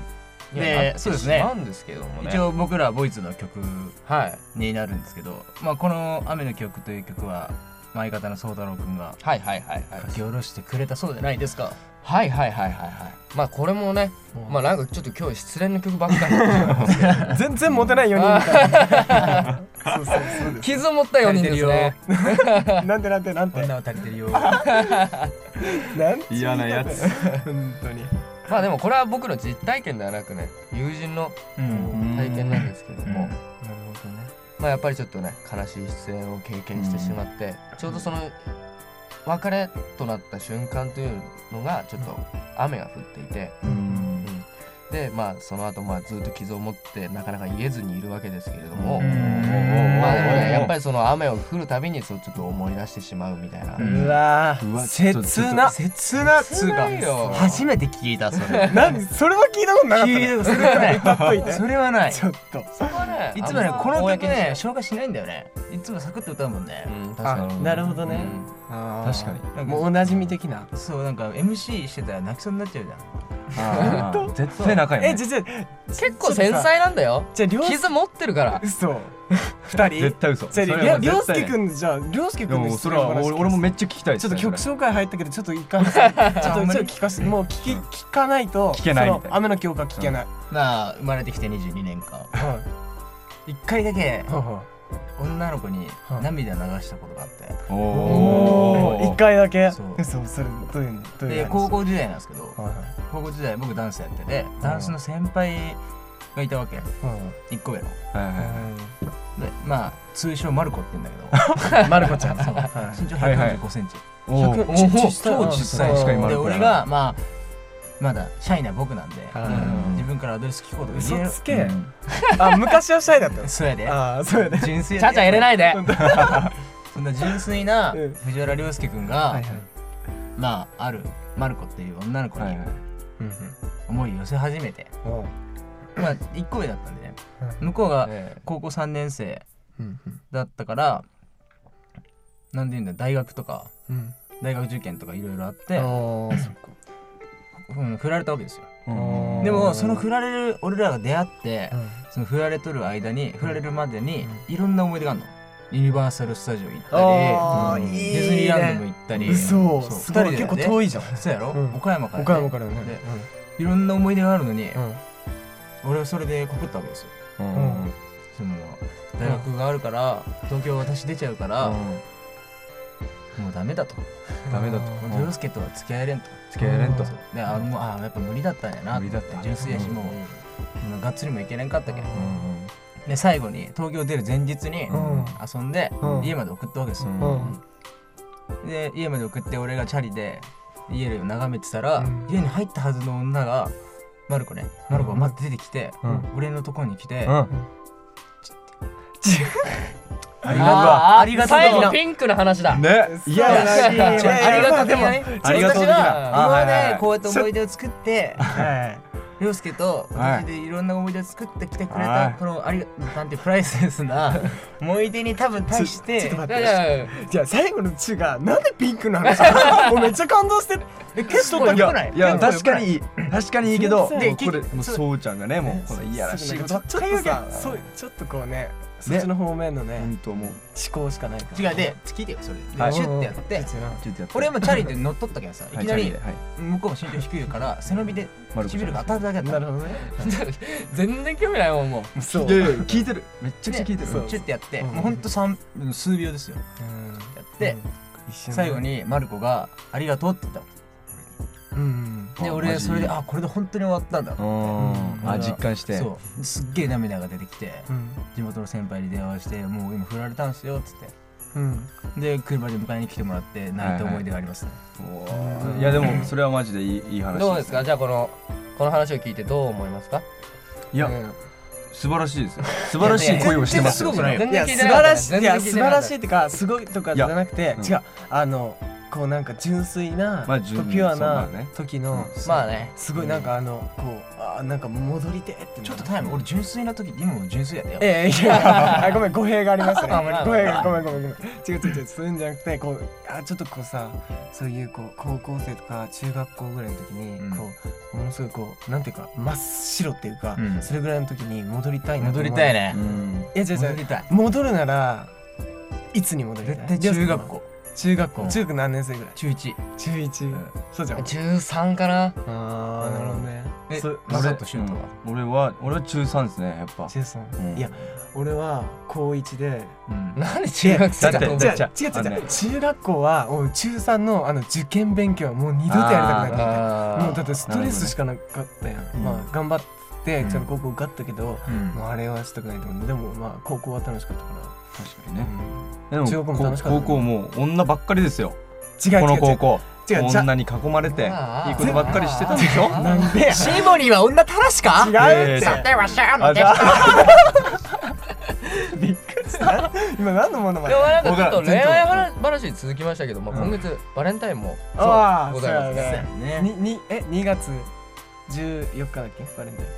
[SPEAKER 1] には
[SPEAKER 2] で
[SPEAKER 1] なって
[SPEAKER 2] そうです
[SPEAKER 1] し
[SPEAKER 2] ね
[SPEAKER 1] まうんですけどもね
[SPEAKER 2] 一応僕らはボイズの曲
[SPEAKER 1] はい
[SPEAKER 2] になるんですけど、まあこの雨の曲という曲は、まあ相方のそうたろうくんが
[SPEAKER 1] はいはいはいはい
[SPEAKER 2] 書き下ろしてくれたそうじゃないですか。
[SPEAKER 1] はいはいはいはいはいまあこれもねまあなんかちょっと今日失恋の曲ばっかり
[SPEAKER 4] 全然モテない4人みたいなそうそうそうで
[SPEAKER 1] 傷を持った4人ですね
[SPEAKER 4] すなんてなんてなんて
[SPEAKER 2] 女は足りてるよ。
[SPEAKER 4] なんて
[SPEAKER 3] 嫌なやつ
[SPEAKER 4] 本当に
[SPEAKER 1] まあでもこれは僕の実体験ではなくね友人の
[SPEAKER 2] うん。
[SPEAKER 1] 体験なんですけども
[SPEAKER 2] うん
[SPEAKER 4] なるほどね
[SPEAKER 1] まあやっぱりちょっとね悲しい失恋を経験してしまってちょうどその別れとなった瞬間というのがちょっと雨が降っていて
[SPEAKER 2] うん。
[SPEAKER 1] でまあその後まあずっと傷を持ってなかなか言えずにいるわけですけれども、まあでもねやっぱりその雨を降るたびにそうちょっと思い出してしまうみたいな、
[SPEAKER 2] うん
[SPEAKER 4] うわ
[SPEAKER 3] うわ
[SPEAKER 4] ー
[SPEAKER 3] ちょっと
[SPEAKER 4] 切な切なつうか
[SPEAKER 1] 切ないよ
[SPEAKER 2] 初めて聞いた、それ。
[SPEAKER 4] 何それは聞いたことなかったね
[SPEAKER 2] 聞いたそれはない
[SPEAKER 4] 歌っといて
[SPEAKER 2] それはない。
[SPEAKER 4] ちょっと
[SPEAKER 1] そこはね
[SPEAKER 2] いつもね
[SPEAKER 1] あん、ま
[SPEAKER 2] この曲
[SPEAKER 1] 公にしない
[SPEAKER 2] ね、紹介しないんだよね。いつもサクッと歌うもんね。
[SPEAKER 1] うん確かに
[SPEAKER 4] なるほど
[SPEAKER 1] う
[SPEAKER 4] ね
[SPEAKER 1] ん
[SPEAKER 4] 確
[SPEAKER 3] 確
[SPEAKER 2] かに
[SPEAKER 4] もうおなじみ的な
[SPEAKER 2] そう、なんか MC してたら泣きそうになっちゃうじゃん。
[SPEAKER 3] あー絶対仲良い
[SPEAKER 4] え
[SPEAKER 3] ね
[SPEAKER 4] じゃじゃ
[SPEAKER 1] 結構繊細なんだよ
[SPEAKER 4] じゃありょう
[SPEAKER 1] 傷持ってるから
[SPEAKER 4] 嘘二人
[SPEAKER 3] 絶対嘘
[SPEAKER 4] じゃあ
[SPEAKER 3] そ
[SPEAKER 4] り
[SPEAKER 3] れ
[SPEAKER 4] ょ
[SPEAKER 3] は
[SPEAKER 4] りょう
[SPEAKER 3] 絶
[SPEAKER 4] す
[SPEAKER 3] 対
[SPEAKER 4] けくんじゃありょうすけ
[SPEAKER 3] い
[SPEAKER 4] く
[SPEAKER 3] や
[SPEAKER 4] んの
[SPEAKER 3] もう
[SPEAKER 4] 失
[SPEAKER 3] そ
[SPEAKER 4] 礼
[SPEAKER 3] れ
[SPEAKER 4] な
[SPEAKER 3] は
[SPEAKER 4] 話
[SPEAKER 3] 俺俺もめっちゃ聞きたい
[SPEAKER 4] ちょっと曲
[SPEAKER 3] それ
[SPEAKER 4] 紹介入ったけどちょっと一回ちょっ とちょ
[SPEAKER 2] あんまり
[SPEAKER 4] っと聞かせもう聞き聞かないと
[SPEAKER 3] 聞けないみ
[SPEAKER 4] その
[SPEAKER 3] たいな
[SPEAKER 4] 雨の教科聞けない
[SPEAKER 2] まあ、生まれてきて22年か。
[SPEAKER 4] は
[SPEAKER 2] 一回だけ
[SPEAKER 4] いは
[SPEAKER 2] 女の子に
[SPEAKER 4] はい
[SPEAKER 2] 涙流したことがあって、
[SPEAKER 3] お
[SPEAKER 4] いお
[SPEAKER 3] お
[SPEAKER 4] ー一回だけ
[SPEAKER 2] そう
[SPEAKER 4] 嘘それどういうのどういう
[SPEAKER 2] で
[SPEAKER 4] 話
[SPEAKER 2] 高校時代なんですけど
[SPEAKER 4] はいはい
[SPEAKER 2] 高校時代僕ダンスやっててダンスの先輩がいたわけ
[SPEAKER 4] う
[SPEAKER 2] 1個上ので
[SPEAKER 3] はいはいはい
[SPEAKER 2] まあ通称マルコって言うんだ
[SPEAKER 4] んまるこちゃん
[SPEAKER 2] けど
[SPEAKER 4] は
[SPEAKER 2] 身長
[SPEAKER 3] はいはい
[SPEAKER 2] 1 5センチ
[SPEAKER 3] おー
[SPEAKER 4] 100
[SPEAKER 2] 超
[SPEAKER 4] ち
[SPEAKER 2] 小
[SPEAKER 4] っちゃい
[SPEAKER 2] さ
[SPEAKER 4] うん
[SPEAKER 2] い
[SPEAKER 3] 確かにマ
[SPEAKER 2] で
[SPEAKER 3] ルコ
[SPEAKER 2] 俺
[SPEAKER 3] やな
[SPEAKER 2] がまあまだシャイな僕なんで
[SPEAKER 4] は
[SPEAKER 2] 自分からアドレス聞くことが
[SPEAKER 4] 嘘
[SPEAKER 2] 言え
[SPEAKER 4] つけ
[SPEAKER 2] うん
[SPEAKER 4] あ昔はシャイ だったの
[SPEAKER 2] そうやで
[SPEAKER 4] ああそうやね
[SPEAKER 2] 純粋
[SPEAKER 1] ちゃ
[SPEAKER 2] や
[SPEAKER 1] んちゃん入れないで
[SPEAKER 2] そんな純粋な
[SPEAKER 4] うん
[SPEAKER 2] 藤原良介君
[SPEAKER 4] は
[SPEAKER 2] が
[SPEAKER 4] いはい
[SPEAKER 2] まああるマルコっていう女の子
[SPEAKER 3] はい
[SPEAKER 2] に
[SPEAKER 3] はい
[SPEAKER 4] うん
[SPEAKER 2] 思い寄せ始めて
[SPEAKER 4] うんおう
[SPEAKER 2] まあ1個上だったんでね
[SPEAKER 4] う
[SPEAKER 2] 向こうが
[SPEAKER 1] ええ
[SPEAKER 2] 高校3年生
[SPEAKER 4] うん
[SPEAKER 2] だったからなんていうんだ大学とか
[SPEAKER 4] うん
[SPEAKER 2] 大学受験とかいろいろあって、
[SPEAKER 4] ああそっか
[SPEAKER 2] うん、振られたわけですよ
[SPEAKER 4] うん
[SPEAKER 2] でもその振られる俺らが出会って
[SPEAKER 4] うん
[SPEAKER 2] その振られとる間に振られるまでにいろんな思い出があるのユニバーサル・スタジオ行った
[SPEAKER 4] あ
[SPEAKER 2] りう
[SPEAKER 4] ー
[SPEAKER 2] ん
[SPEAKER 4] いいね
[SPEAKER 2] ディズニーランドも行ったり
[SPEAKER 4] 嘘
[SPEAKER 2] そう
[SPEAKER 4] すごい
[SPEAKER 2] 二人で
[SPEAKER 4] 結
[SPEAKER 2] ね
[SPEAKER 4] 構遠いじゃん
[SPEAKER 2] そうやろ、
[SPEAKER 4] うん
[SPEAKER 2] 岡山からね、
[SPEAKER 4] 岡山からね
[SPEAKER 2] でいろんな思い出があるのに、
[SPEAKER 4] うんうん
[SPEAKER 2] 俺はそれで告ったわけですよ
[SPEAKER 3] うん
[SPEAKER 4] うん
[SPEAKER 2] その大学があるから、東京私出ちゃうから、もうダメだと
[SPEAKER 3] ダメだと
[SPEAKER 2] もう凌介とは付き合えれんと
[SPEAKER 3] 付き合えれんと
[SPEAKER 4] うん
[SPEAKER 2] であもうあやっぱ無理だったんやなって
[SPEAKER 3] 無理だった
[SPEAKER 2] 純粋やしもう、もうがっつりもいけれんかったけど、
[SPEAKER 3] うん
[SPEAKER 2] で最後に東京出る前日に
[SPEAKER 4] うん
[SPEAKER 2] 遊んで、
[SPEAKER 4] うん
[SPEAKER 2] 家まで送ったわけですよ、
[SPEAKER 4] うん
[SPEAKER 2] で家まで送って俺がチャリで家を眺めてたら、
[SPEAKER 4] うん
[SPEAKER 2] 家に入ったはずの女がマルコねマルコが待って出てきて、
[SPEAKER 4] うん
[SPEAKER 2] 俺のとこに来て、
[SPEAKER 3] うん
[SPEAKER 2] ありがとうありがとう
[SPEAKER 1] 最後ピンクの話だ
[SPEAKER 3] ね
[SPEAKER 4] いや
[SPEAKER 1] いや
[SPEAKER 4] いや
[SPEAKER 2] ありがとうでも
[SPEAKER 3] ありがと
[SPEAKER 2] 私
[SPEAKER 3] う的
[SPEAKER 2] は
[SPEAKER 3] な
[SPEAKER 2] 今ま
[SPEAKER 3] あはいはいは
[SPEAKER 2] で
[SPEAKER 3] い
[SPEAKER 2] こうやって思い出を作って涼介と私でいろんな思い出を作ってきてくれ
[SPEAKER 3] はい
[SPEAKER 2] たこのありがなんてプライスレスな 思い出に多分対して
[SPEAKER 4] 待
[SPEAKER 1] いやいやいや
[SPEAKER 4] じゃあ最後の「ち」がなんでピンクの話 なのもうめっちゃ感動してる
[SPEAKER 2] え結構
[SPEAKER 3] い
[SPEAKER 2] 良くな
[SPEAKER 3] や
[SPEAKER 2] い
[SPEAKER 3] いや
[SPEAKER 2] 結構良
[SPEAKER 3] 確
[SPEAKER 2] くな
[SPEAKER 3] か
[SPEAKER 2] い
[SPEAKER 3] にいい確かにいいけどもう
[SPEAKER 4] で
[SPEAKER 3] これ
[SPEAKER 2] 結
[SPEAKER 3] もうそうちゃんがねもうこのいやらしいこと
[SPEAKER 4] ちょっとさそうちょっとこうねそっちの方面のね
[SPEAKER 3] 本当もう
[SPEAKER 4] 思考しかないから
[SPEAKER 2] 違うで聞いてよそれで
[SPEAKER 3] はい
[SPEAKER 2] シュッてやって
[SPEAKER 3] ちょっとやって
[SPEAKER 2] 俺もチャリで乗っ取ったけどさい
[SPEAKER 3] は
[SPEAKER 2] きな
[SPEAKER 3] チャリ
[SPEAKER 2] り
[SPEAKER 3] ではい
[SPEAKER 2] 向こうも身長低いから背伸びで
[SPEAKER 3] 丸子ちゃん
[SPEAKER 2] 唇が当たるだけだった
[SPEAKER 4] なるほどね
[SPEAKER 1] 全然興味ないもんもう
[SPEAKER 4] そう
[SPEAKER 3] いやいや聞いてるめっちゃくちゃ聞いてる
[SPEAKER 4] ねそう
[SPEAKER 2] チュッてやって、
[SPEAKER 4] うん
[SPEAKER 2] もうほんと三数秒ですよ
[SPEAKER 4] うん
[SPEAKER 2] やって、
[SPEAKER 4] 一瞬ね
[SPEAKER 2] 最後にマルコが「ありがとう」って言ったの
[SPEAKER 4] うん
[SPEAKER 2] で
[SPEAKER 3] あ
[SPEAKER 2] 俺
[SPEAKER 3] マジ
[SPEAKER 2] それであこれで本当に終わったんだ
[SPEAKER 3] うーん
[SPEAKER 2] う
[SPEAKER 3] あ
[SPEAKER 2] ん
[SPEAKER 3] 実感して
[SPEAKER 2] そうすっげえ涙が出てきて
[SPEAKER 4] うん
[SPEAKER 2] 地元の先輩に電話して「もう今振られたんすよ」っつっ
[SPEAKER 4] うん
[SPEAKER 2] てで車で迎えに来てもらって泣いた思い出がありますね、
[SPEAKER 3] おーいやでもそれはマジでいいいい話
[SPEAKER 1] どうですかじゃあこのこの話を聞いてどう思いますか
[SPEAKER 3] いや
[SPEAKER 4] うん
[SPEAKER 3] 素晴らしいですよ素晴らしい恋をしてますよ
[SPEAKER 2] いやいや
[SPEAKER 1] 全
[SPEAKER 4] い
[SPEAKER 1] 然
[SPEAKER 4] や
[SPEAKER 1] 聞い
[SPEAKER 4] 素
[SPEAKER 1] てな
[SPEAKER 4] 晴
[SPEAKER 1] かった
[SPEAKER 4] ら
[SPEAKER 1] ね
[SPEAKER 4] しい
[SPEAKER 1] 全
[SPEAKER 4] い
[SPEAKER 1] 然
[SPEAKER 4] や
[SPEAKER 1] 聞い
[SPEAKER 4] 素
[SPEAKER 1] てな
[SPEAKER 4] 晴
[SPEAKER 1] からった
[SPEAKER 4] しいってかすごいとかじゃなくて
[SPEAKER 3] うん
[SPEAKER 4] 違うあのこうなんか純粋な、
[SPEAKER 3] まあ純
[SPEAKER 4] こうピュ
[SPEAKER 3] そ
[SPEAKER 4] ア
[SPEAKER 3] うだ
[SPEAKER 4] な
[SPEAKER 3] ね
[SPEAKER 4] 時の、
[SPEAKER 1] まあね
[SPEAKER 4] すごいなんかあのこうあーなんか戻りてえって
[SPEAKER 2] ちょっとタイム俺純粋な時今も純粋やったよ
[SPEAKER 4] ええ いやあごめん語弊がありますね
[SPEAKER 1] あまあ
[SPEAKER 4] ごめんごめんごめんごめん違う違う違うそういうんじゃなくてこうあちょっとこうさそういうこう高校生とか中学校ぐらいの時に、
[SPEAKER 2] うん
[SPEAKER 4] こうものすごいこうなんていうか真っ白っていうか、
[SPEAKER 2] うん
[SPEAKER 4] それぐらいの時に戻りたいなと思
[SPEAKER 2] 戻
[SPEAKER 4] う
[SPEAKER 2] りたいね
[SPEAKER 3] うん
[SPEAKER 4] いや違う違
[SPEAKER 2] 戻
[SPEAKER 4] う
[SPEAKER 2] りたい
[SPEAKER 4] 戻るならいつに戻りたい
[SPEAKER 2] 絶対中学
[SPEAKER 4] 校
[SPEAKER 2] 校
[SPEAKER 4] 中学校
[SPEAKER 2] うん
[SPEAKER 4] 中学何年生ぐらい
[SPEAKER 2] 中1
[SPEAKER 4] 中1、
[SPEAKER 2] ん
[SPEAKER 4] そうじゃん
[SPEAKER 1] 13かな
[SPEAKER 4] あーなるほどね
[SPEAKER 2] え
[SPEAKER 4] そう
[SPEAKER 2] マサトシュートは
[SPEAKER 3] うん俺は俺は中3ですねやっぱ
[SPEAKER 4] ジェイソン、
[SPEAKER 3] うん
[SPEAKER 4] いや俺は高1で
[SPEAKER 3] うん
[SPEAKER 1] なんで中 学生だと
[SPEAKER 3] だ
[SPEAKER 1] 思
[SPEAKER 3] っ
[SPEAKER 1] う
[SPEAKER 3] て
[SPEAKER 4] じゃ
[SPEAKER 3] じゃ
[SPEAKER 4] あ
[SPEAKER 3] あ
[SPEAKER 4] 違う違う
[SPEAKER 3] あの
[SPEAKER 4] 違う
[SPEAKER 3] ね
[SPEAKER 4] 中学校はもう中3のあの受験勉強はもう二度とやりたくなかったもうだってストレスしかなかったやん、
[SPEAKER 2] うん
[SPEAKER 4] まあ頑張ってちゃんと高校受かったけど、
[SPEAKER 2] うん
[SPEAKER 4] もうあれはしたくないと思うでもまあ高校は楽しかったから、
[SPEAKER 3] 確かにねで
[SPEAKER 4] 中学
[SPEAKER 3] も
[SPEAKER 4] も
[SPEAKER 3] こ
[SPEAKER 4] 楽しかった
[SPEAKER 3] 高校も女ばっかりですよ
[SPEAKER 4] 違う
[SPEAKER 3] こ
[SPEAKER 4] 違
[SPEAKER 3] の
[SPEAKER 4] う違
[SPEAKER 3] 高
[SPEAKER 4] う
[SPEAKER 3] 校
[SPEAKER 4] 違うじゃ
[SPEAKER 3] 女に囲まれていい
[SPEAKER 1] あー
[SPEAKER 3] ことばっかりしてたんでしょ
[SPEAKER 4] なんで
[SPEAKER 2] シモニーは女たらしか
[SPEAKER 4] 違うって
[SPEAKER 3] いやいやいや
[SPEAKER 2] ではしゃ
[SPEAKER 3] あじゃあ
[SPEAKER 4] 今何のものま
[SPEAKER 1] で
[SPEAKER 4] で
[SPEAKER 1] もなんかちょっと
[SPEAKER 3] 僕は
[SPEAKER 1] 恋愛話続きましたけど、まあ、今月バレンタインも
[SPEAKER 4] ああ
[SPEAKER 1] ご
[SPEAKER 4] そう
[SPEAKER 1] ざいます
[SPEAKER 4] だね
[SPEAKER 2] ね
[SPEAKER 4] ににえ2月14日だっけバレンタイン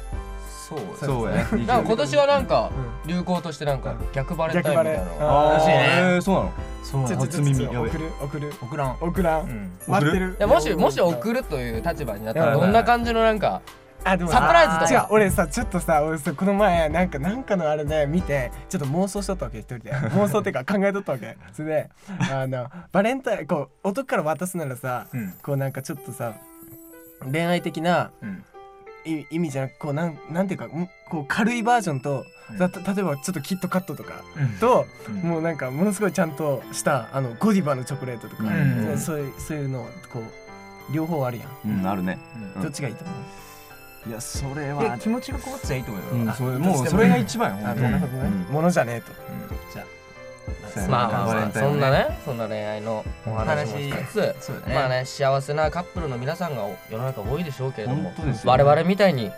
[SPEAKER 1] そう
[SPEAKER 4] そう
[SPEAKER 3] そうやね
[SPEAKER 1] なんか今年はなんか
[SPEAKER 4] うん
[SPEAKER 1] 流行としてなんか逆バレンタイ
[SPEAKER 4] 逆
[SPEAKER 1] ンみた
[SPEAKER 4] バレ
[SPEAKER 1] いなのが
[SPEAKER 3] あー
[SPEAKER 4] あー
[SPEAKER 2] しいね
[SPEAKER 3] えーそうなの
[SPEAKER 2] そう
[SPEAKER 4] ちょちょちょ
[SPEAKER 3] 初耳
[SPEAKER 4] ちょ
[SPEAKER 3] やべ
[SPEAKER 4] 送る送る
[SPEAKER 2] 送らん
[SPEAKER 4] 送ら
[SPEAKER 2] うんん
[SPEAKER 4] 待ってる
[SPEAKER 1] いやもしもし送るという立場になったら
[SPEAKER 4] やば
[SPEAKER 1] ど
[SPEAKER 4] い
[SPEAKER 1] んな感じのなんか
[SPEAKER 4] あでも
[SPEAKER 1] サプライズとか
[SPEAKER 4] 違う俺さちょっとさ俺さこの前なんかなんかのあれで見てちょっと妄想しとったわけ一人 で妄想っていうか考えとったわけそれであのバレンタインこう男から渡すならさ
[SPEAKER 2] うん
[SPEAKER 4] こうなんかちょっとさ恋愛的な
[SPEAKER 2] うん
[SPEAKER 4] い意味じゃなくこうなんなんていうかんこう軽いバージョンと、
[SPEAKER 2] うん
[SPEAKER 4] た例えばちょっとキットカットとかと、
[SPEAKER 2] うん
[SPEAKER 4] もうなんかものすごいちゃんとしたあのゴディバのチョコレートとか、
[SPEAKER 2] うん
[SPEAKER 4] そうそういうそういうのこう両方あるやん、
[SPEAKER 3] うんあるね
[SPEAKER 2] うん
[SPEAKER 3] うん
[SPEAKER 4] どっちがいいと思う
[SPEAKER 3] いやそれ
[SPEAKER 2] で気持ちがこもってたらいいと思うよ、
[SPEAKER 3] うん
[SPEAKER 2] あ
[SPEAKER 3] それもうそれが一番よ
[SPEAKER 4] あ
[SPEAKER 3] 本当
[SPEAKER 4] なるほどね、
[SPEAKER 3] うん
[SPEAKER 4] ものじゃねえと。
[SPEAKER 2] じゃ
[SPEAKER 3] そうやね
[SPEAKER 1] まあまあ
[SPEAKER 3] バレ
[SPEAKER 1] ま
[SPEAKER 3] ン
[SPEAKER 1] あ
[SPEAKER 3] タイン
[SPEAKER 1] そ
[SPEAKER 3] ね
[SPEAKER 1] んなねそんな恋愛のお話もしつつ
[SPEAKER 2] あそうだね
[SPEAKER 1] まあね幸せなカップルの皆さんが世の中多いでしょうけれども
[SPEAKER 3] 本当ですよ
[SPEAKER 1] 我々みたいに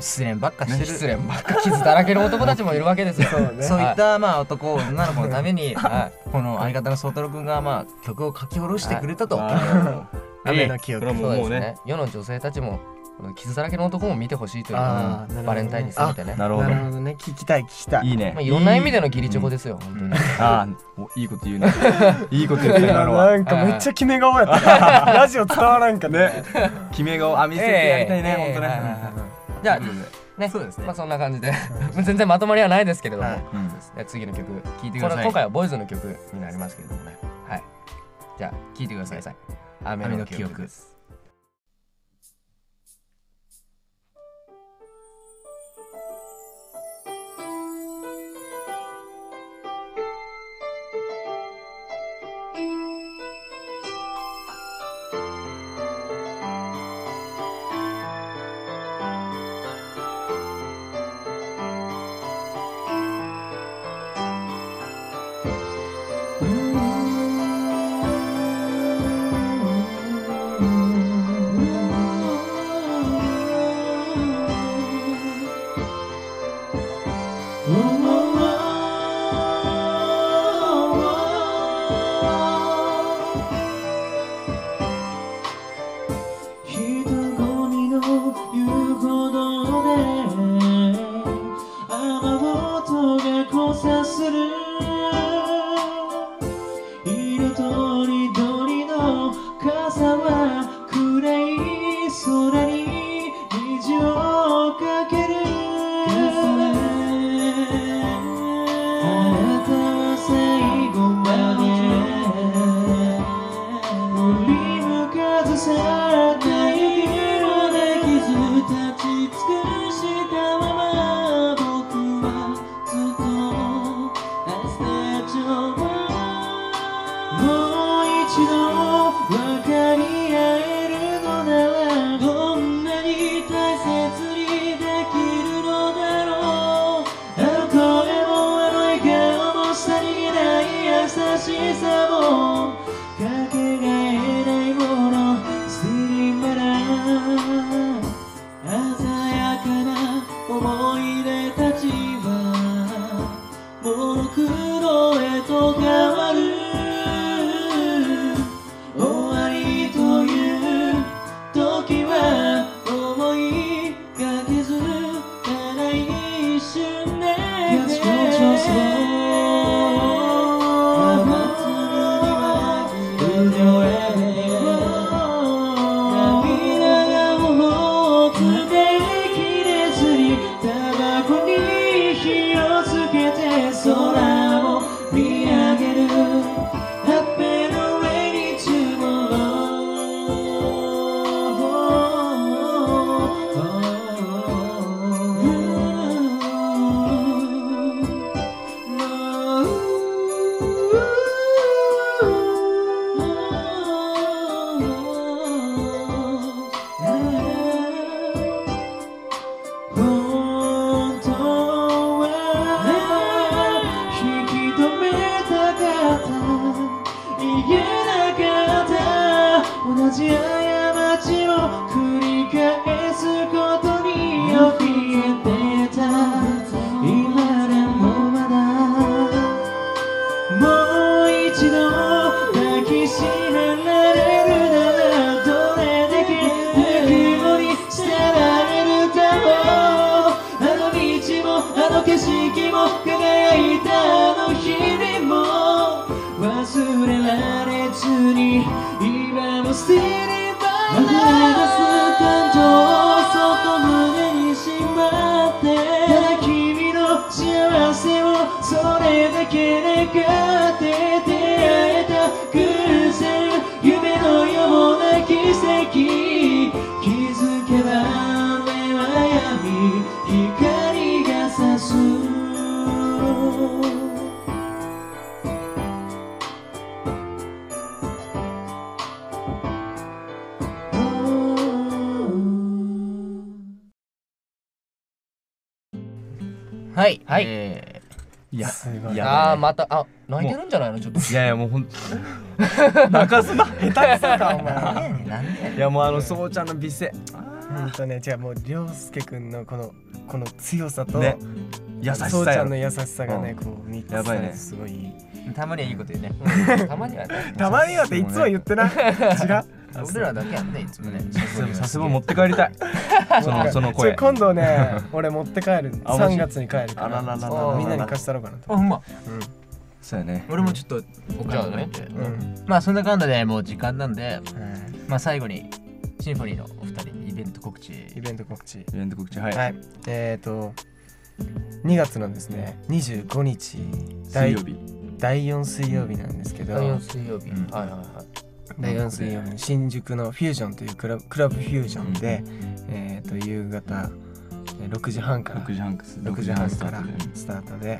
[SPEAKER 2] 失恋ばっかしてる、
[SPEAKER 1] 失恋ばっか傷だらけの男たちもいるわけですよ
[SPEAKER 4] そうね
[SPEAKER 2] そういっ
[SPEAKER 1] は
[SPEAKER 2] たまあ男女の子のた めに、
[SPEAKER 1] は
[SPEAKER 2] この相方の宗太郎君がまあ曲を書き下ろしてくれたと、
[SPEAKER 3] あー
[SPEAKER 4] 雨の記憶
[SPEAKER 3] これはも
[SPEAKER 1] そううです
[SPEAKER 3] もうね
[SPEAKER 1] ね世の女性たちもこの傷だらけの男も見てほしいという
[SPEAKER 4] あーなるほどね
[SPEAKER 1] バレンタインにせめてね
[SPEAKER 3] なるほ
[SPEAKER 4] な
[SPEAKER 3] ど
[SPEAKER 4] るほどね聞きたい聞きたい。
[SPEAKER 3] いい
[SPEAKER 1] まあ
[SPEAKER 3] ね
[SPEAKER 1] いろんな意味での義理チョコですよ本当に
[SPEAKER 3] あーおいいこと言うねいいこと言った
[SPEAKER 4] いや
[SPEAKER 3] 今の
[SPEAKER 4] な
[SPEAKER 3] は
[SPEAKER 4] んかめっちゃ決め顔や った。ラジオ伝わらんかね。
[SPEAKER 3] 決め顔あ見せてやりたいね
[SPEAKER 2] えー
[SPEAKER 3] 本当ね
[SPEAKER 2] えーはいはいは
[SPEAKER 1] じゃあ
[SPEAKER 3] というこ
[SPEAKER 1] ね
[SPEAKER 2] そうですね
[SPEAKER 1] まあそんな感じで 全然まとまりはないですけれども、
[SPEAKER 4] はい
[SPEAKER 3] とでうん
[SPEAKER 1] じゃあ次の曲
[SPEAKER 2] 聞いてく
[SPEAKER 1] これ
[SPEAKER 2] ださい
[SPEAKER 1] 今回はボイズの曲になりますけれどもねはいじゃあ聴いてください雨
[SPEAKER 2] 雨
[SPEAKER 1] の
[SPEAKER 2] の
[SPEAKER 1] 記
[SPEAKER 2] 記
[SPEAKER 1] 憶
[SPEAKER 2] 憶
[SPEAKER 1] です
[SPEAKER 5] 「
[SPEAKER 6] さらった指ので傷立ち尽くしたまま僕はずっと明日上もう一度分かり合えるのならどんなに大切にできるのだろうあの声もあの笑顔もさりげない優しさもかけがえないものスリムな鮮やかな思い出たちはモノクロへと変わる終わりという時は思いがけずただ一瞬で Let's go to s l o るには潤え涙がもうつてきれずにタバコに火をつけて空を見上げる Happy and ready tomorrow Oh 本当は引き止めたかった言えなかった同じ過ちを繰り返すことに怯えてた今でもまだもう一度抱きしめられるならどれだけぬくもり捨てられるだろうあの道もあの景色も輝いたあの日々も忘れられずに今も Still in my life 流す感情をそっと胸にしまってただ君の幸せをそれだけ願って出会えた偶然夢のような奇跡気づけば目は闇光が差す
[SPEAKER 2] はい
[SPEAKER 1] はい
[SPEAKER 2] え
[SPEAKER 3] いや
[SPEAKER 4] すごい
[SPEAKER 3] いや
[SPEAKER 1] ああまたあ泣いてるんじゃないのちょっと
[SPEAKER 3] いやいやもうほん泣かすな下手くそかお前
[SPEAKER 2] ーなんで
[SPEAKER 3] いやもうあのそうちゃんの美声
[SPEAKER 4] うんとね、じゃあもう涼介くんのこのこの強さと、
[SPEAKER 3] ね優し
[SPEAKER 4] そ
[SPEAKER 3] さ
[SPEAKER 4] うちゃ
[SPEAKER 3] や
[SPEAKER 4] ん
[SPEAKER 3] ろ
[SPEAKER 4] の優しさがね、こうミックスさ
[SPEAKER 3] やば
[SPEAKER 4] れ
[SPEAKER 3] い
[SPEAKER 4] て
[SPEAKER 3] ね
[SPEAKER 4] すごいいい、
[SPEAKER 2] たまにはいいこと言うね
[SPEAKER 1] うんたまには ね
[SPEAKER 4] たまにはっていつも言ってない違 う
[SPEAKER 2] 俺らだけやんねいつもね
[SPEAKER 3] さすが持って帰りたいそのその
[SPEAKER 4] ちょ
[SPEAKER 3] 声
[SPEAKER 4] 今度 ね俺持って帰る
[SPEAKER 3] あマジ
[SPEAKER 4] 3月に帰るか
[SPEAKER 3] あらら
[SPEAKER 4] ら
[SPEAKER 3] らら
[SPEAKER 1] あ
[SPEAKER 3] ら
[SPEAKER 4] みんなに貸したろうかなと
[SPEAKER 2] あほんま
[SPEAKER 3] そうやね
[SPEAKER 2] 俺もちょっとお
[SPEAKER 1] じゃあね
[SPEAKER 2] 金がいて
[SPEAKER 4] うん、
[SPEAKER 2] まあそんな感じでもう時間なんでまあ最後にシンフォニーのお二人にイベント告知
[SPEAKER 4] イベント告知
[SPEAKER 3] イベント告知はい
[SPEAKER 4] はいえっ、ー、と2月のですね25日
[SPEAKER 3] 水
[SPEAKER 4] 第
[SPEAKER 3] 曜日
[SPEAKER 4] 第4水曜日なんですけど
[SPEAKER 1] 第4水曜日、
[SPEAKER 3] うん
[SPEAKER 1] はいはいはい
[SPEAKER 4] 第4水曜日に新宿のフュージョンというクラブクラブフュージョンで、えー、と夕方えー6時半から
[SPEAKER 3] 6時半です
[SPEAKER 4] 6時半から
[SPEAKER 3] で
[SPEAKER 4] スタートで、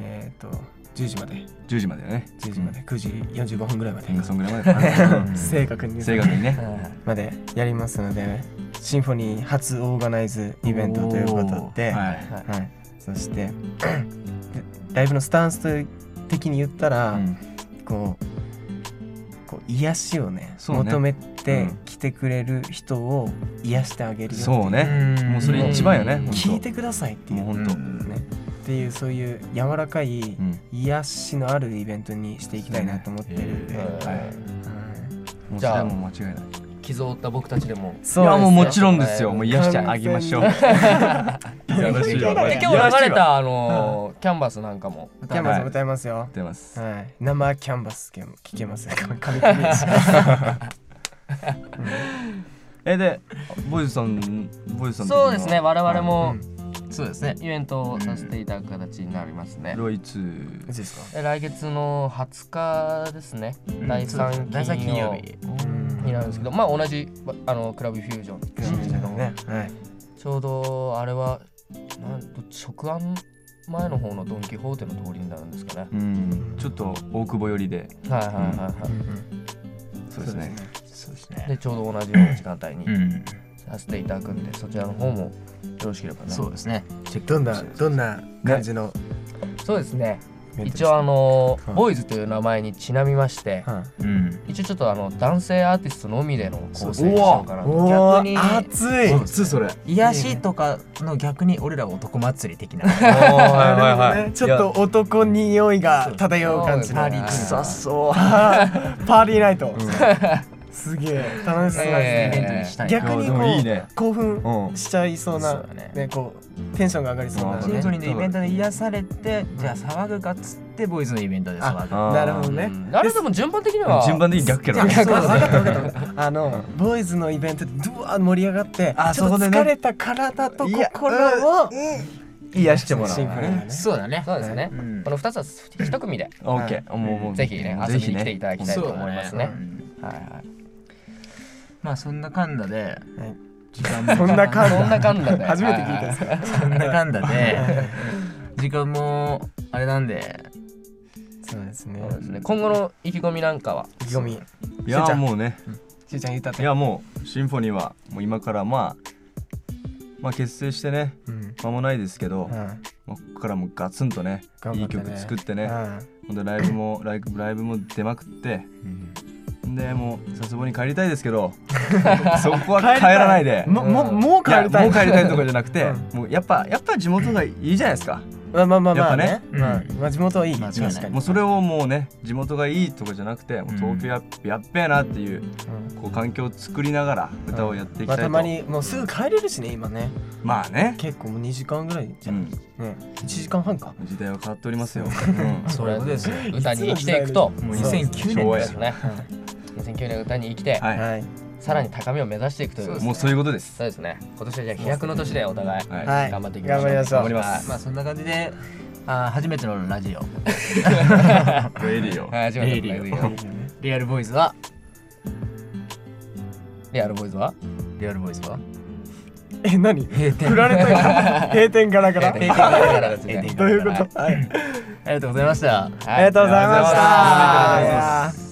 [SPEAKER 4] えっ、と10時まで
[SPEAKER 3] 10時までだね
[SPEAKER 4] 10時まで9時45分ぐらいまで、
[SPEAKER 3] うんそんぐらいまで かな
[SPEAKER 4] 正確に
[SPEAKER 3] 正確にね
[SPEAKER 4] までやりますのでシンフォニー初オーガナイズイベントということで、は
[SPEAKER 3] はい
[SPEAKER 4] いそして でライブのスタンスという的に言ったら、
[SPEAKER 3] うん
[SPEAKER 4] こうこう癒しをね
[SPEAKER 3] そうね
[SPEAKER 4] 求めて
[SPEAKER 3] うん
[SPEAKER 4] 来てくれる人を癒してあげるよっていう
[SPEAKER 3] そうね
[SPEAKER 2] うん
[SPEAKER 3] もうそれ一番よね
[SPEAKER 2] うん
[SPEAKER 3] ほんと
[SPEAKER 4] 聞いてくださいってい
[SPEAKER 3] もう
[SPEAKER 4] う、
[SPEAKER 3] ほんとうん
[SPEAKER 4] ね、っていうそういう柔らかい、癒しのあるイベントにしていきたいなと思ってるんで、
[SPEAKER 1] えー
[SPEAKER 3] も
[SPEAKER 1] じ
[SPEAKER 3] うそれ
[SPEAKER 1] ゃあ
[SPEAKER 3] はもう間違いない
[SPEAKER 1] 傷を負った僕たちでも
[SPEAKER 4] そ
[SPEAKER 3] いやもうもちろん
[SPEAKER 1] で
[SPEAKER 3] ですす
[SPEAKER 1] よ
[SPEAKER 3] よもう癒してあげ ましょうよろしいよ
[SPEAKER 1] で今日流れたあのーキャンバスなんかも
[SPEAKER 4] キャンバス歌いますよ、
[SPEAKER 3] 出ます
[SPEAKER 4] はい、生キャンバス聞けます神神々しい
[SPEAKER 3] えでボイズさんボイズさん的には
[SPEAKER 1] そうですね我々も
[SPEAKER 2] そうですね
[SPEAKER 1] イベントをさせていただく形になりますね、
[SPEAKER 3] ロイツ
[SPEAKER 4] マジですか
[SPEAKER 1] え来月の20日ですね、第3金曜
[SPEAKER 2] 第三金曜
[SPEAKER 1] 日
[SPEAKER 2] 日
[SPEAKER 4] うん
[SPEAKER 1] になるんですけど、まあ同じあのクラブフュージョンなんですけど、
[SPEAKER 4] ねはい
[SPEAKER 1] ちょうどあれはなんと直案前の方のドン・キホーテの通りになるんですかね。
[SPEAKER 3] うんちょっと大久保寄りで
[SPEAKER 1] はいはいはいは
[SPEAKER 3] そうですね
[SPEAKER 2] そうです
[SPEAKER 1] い。
[SPEAKER 2] ね
[SPEAKER 1] でちょうど同じような時間帯に
[SPEAKER 2] うん
[SPEAKER 1] させていただくんで、そちらの方もよろしければな。
[SPEAKER 2] そうですね
[SPEAKER 4] どんなどんな感じの
[SPEAKER 1] そうですね。
[SPEAKER 4] メンテ
[SPEAKER 1] 一応あの
[SPEAKER 4] はい
[SPEAKER 1] ボーイズという名前にちなみまして、
[SPEAKER 4] はい
[SPEAKER 2] うん
[SPEAKER 1] 一応ちょっとあの男性アーティストのみでの構成にし
[SPEAKER 3] う
[SPEAKER 1] ようかなと。
[SPEAKER 4] お
[SPEAKER 2] 逆に
[SPEAKER 4] ー熱い
[SPEAKER 3] あつそれ
[SPEAKER 2] 癒しとかの逆に俺ら男祭り的な
[SPEAKER 3] はい
[SPEAKER 4] なるほどね ちょっと男に匂いが漂う感じの
[SPEAKER 1] そうですねパーリー的な
[SPEAKER 4] 臭そうパーリーナイトすげえ楽しそう
[SPEAKER 1] ええ
[SPEAKER 2] イベントにしたい
[SPEAKER 3] い
[SPEAKER 4] 逆
[SPEAKER 3] や
[SPEAKER 4] に
[SPEAKER 3] で
[SPEAKER 4] こ
[SPEAKER 3] も
[SPEAKER 4] う
[SPEAKER 3] いいね
[SPEAKER 4] 興奮
[SPEAKER 3] うん
[SPEAKER 4] しちゃいそうな
[SPEAKER 2] そうだね
[SPEAKER 4] ねこうテンションが上がりそうな
[SPEAKER 3] うん
[SPEAKER 2] シン
[SPEAKER 4] ね
[SPEAKER 2] プルにイベントで癒されてじゃあ騒ぐかっつってボーイズのイベントで騒ぐ
[SPEAKER 3] あ
[SPEAKER 4] なるほどね
[SPEAKER 1] あれでも順番的には
[SPEAKER 3] 順番で逆け
[SPEAKER 4] じ
[SPEAKER 3] ど
[SPEAKER 4] ゃあ
[SPEAKER 3] ね
[SPEAKER 4] そう分かった分かったあのボーイズのイベントでドゥワー盛り上がって
[SPEAKER 2] あ
[SPEAKER 4] ちょっと
[SPEAKER 2] そこでね
[SPEAKER 4] 疲れた体と心を
[SPEAKER 3] 癒してもら
[SPEAKER 4] シンプル
[SPEAKER 3] う
[SPEAKER 4] なね
[SPEAKER 2] そうだね
[SPEAKER 1] そうですね。この二つは一組で
[SPEAKER 3] オッケーもうもう
[SPEAKER 1] ぜひね遊びに来ていただきたいと
[SPEAKER 2] そう
[SPEAKER 1] 思いますね。はいはい。
[SPEAKER 2] まあそんなかんだで
[SPEAKER 4] はい
[SPEAKER 2] 時間も
[SPEAKER 4] そんな感
[SPEAKER 1] そんな感じだね。
[SPEAKER 4] 初めて聞いたんですか
[SPEAKER 2] そんなかんだで 時間もあれなんで
[SPEAKER 4] そうですね
[SPEAKER 1] そうですね今後の意気込みなんかは
[SPEAKER 4] 意気込み
[SPEAKER 3] いやもうね
[SPEAKER 4] しーちゃん言ったっ
[SPEAKER 3] いやもうシンフォニーはもう今からまあまあ結成してね
[SPEAKER 4] うん
[SPEAKER 3] 間もないですけど、
[SPEAKER 4] うん
[SPEAKER 3] まあ、ここからもうガツンとね
[SPEAKER 4] 頑
[SPEAKER 3] い
[SPEAKER 4] 張
[SPEAKER 3] い
[SPEAKER 4] ってね
[SPEAKER 3] 曲作ってね、
[SPEAKER 4] うん
[SPEAKER 3] ほんでライブもライブライブも出まくって、でもう佐世保に帰りたいですけ どそこは帰らないで
[SPEAKER 4] もももう帰り
[SPEAKER 3] いや
[SPEAKER 4] た
[SPEAKER 3] も
[SPEAKER 4] いう
[SPEAKER 3] 帰りたいとかじゃなくて、
[SPEAKER 4] う
[SPEAKER 3] もうやっぱやっぱ地元がいいじゃないですか、
[SPEAKER 4] まあまあまあまあね
[SPEAKER 3] やっ
[SPEAKER 2] ね
[SPEAKER 4] まあ
[SPEAKER 2] うん
[SPEAKER 4] まあ地元はいい
[SPEAKER 2] 間違い
[SPEAKER 4] 確
[SPEAKER 2] ない
[SPEAKER 4] かに
[SPEAKER 3] もうそれをもうね地元がいいとかじゃなくてもう東京や,、やっべえなっていう
[SPEAKER 4] うん
[SPEAKER 3] こう環境を作りながら歌をやっていき
[SPEAKER 4] ま
[SPEAKER 3] たい
[SPEAKER 4] あ
[SPEAKER 3] と、
[SPEAKER 4] たまにもうすぐ帰れるしね今ね
[SPEAKER 3] まあね、
[SPEAKER 4] 結構もう2時間ぐらいじ
[SPEAKER 3] う
[SPEAKER 4] ゃん
[SPEAKER 3] ん、
[SPEAKER 4] ね1時間半か
[SPEAKER 3] 時代は変わっておりますよ、うん
[SPEAKER 2] そういうことですよ
[SPEAKER 1] 歌に生きていくと。
[SPEAKER 2] もう
[SPEAKER 4] そうです
[SPEAKER 2] 2009
[SPEAKER 3] 昭
[SPEAKER 2] 年
[SPEAKER 3] 和
[SPEAKER 2] で
[SPEAKER 3] や
[SPEAKER 2] すよ
[SPEAKER 1] ね。2009年歌に生きて、
[SPEAKER 3] はい、
[SPEAKER 4] はい
[SPEAKER 1] さらに高みを目指していくという。
[SPEAKER 3] もうそういうことです
[SPEAKER 1] そうですね。今年はじゃあ飛躍の年でお互い
[SPEAKER 3] はい、
[SPEAKER 4] はい
[SPEAKER 1] 頑張っていきましょ
[SPEAKER 4] 頑
[SPEAKER 1] う。
[SPEAKER 4] 張りましょう
[SPEAKER 3] 頑張ります
[SPEAKER 2] まあそんな感じであー初めてのラジオ
[SPEAKER 3] レディオ
[SPEAKER 1] はい、始まりました。
[SPEAKER 2] リアルボーイズは
[SPEAKER 1] リアルボーイズは
[SPEAKER 2] リアルボーイズは
[SPEAKER 4] え何
[SPEAKER 2] 閉店
[SPEAKER 4] 振られたよ 閉店ガラ
[SPEAKER 1] 閉
[SPEAKER 4] ガラ
[SPEAKER 1] 店ガラガラですね
[SPEAKER 2] 閉店
[SPEAKER 4] ど
[SPEAKER 2] ガ
[SPEAKER 4] うい
[SPEAKER 2] ラ
[SPEAKER 4] う
[SPEAKER 2] ガラ
[SPEAKER 4] ことはい
[SPEAKER 2] ありがとうございました
[SPEAKER 4] ありがとうございました
[SPEAKER 1] ありがとうございます
[SPEAKER 4] いやー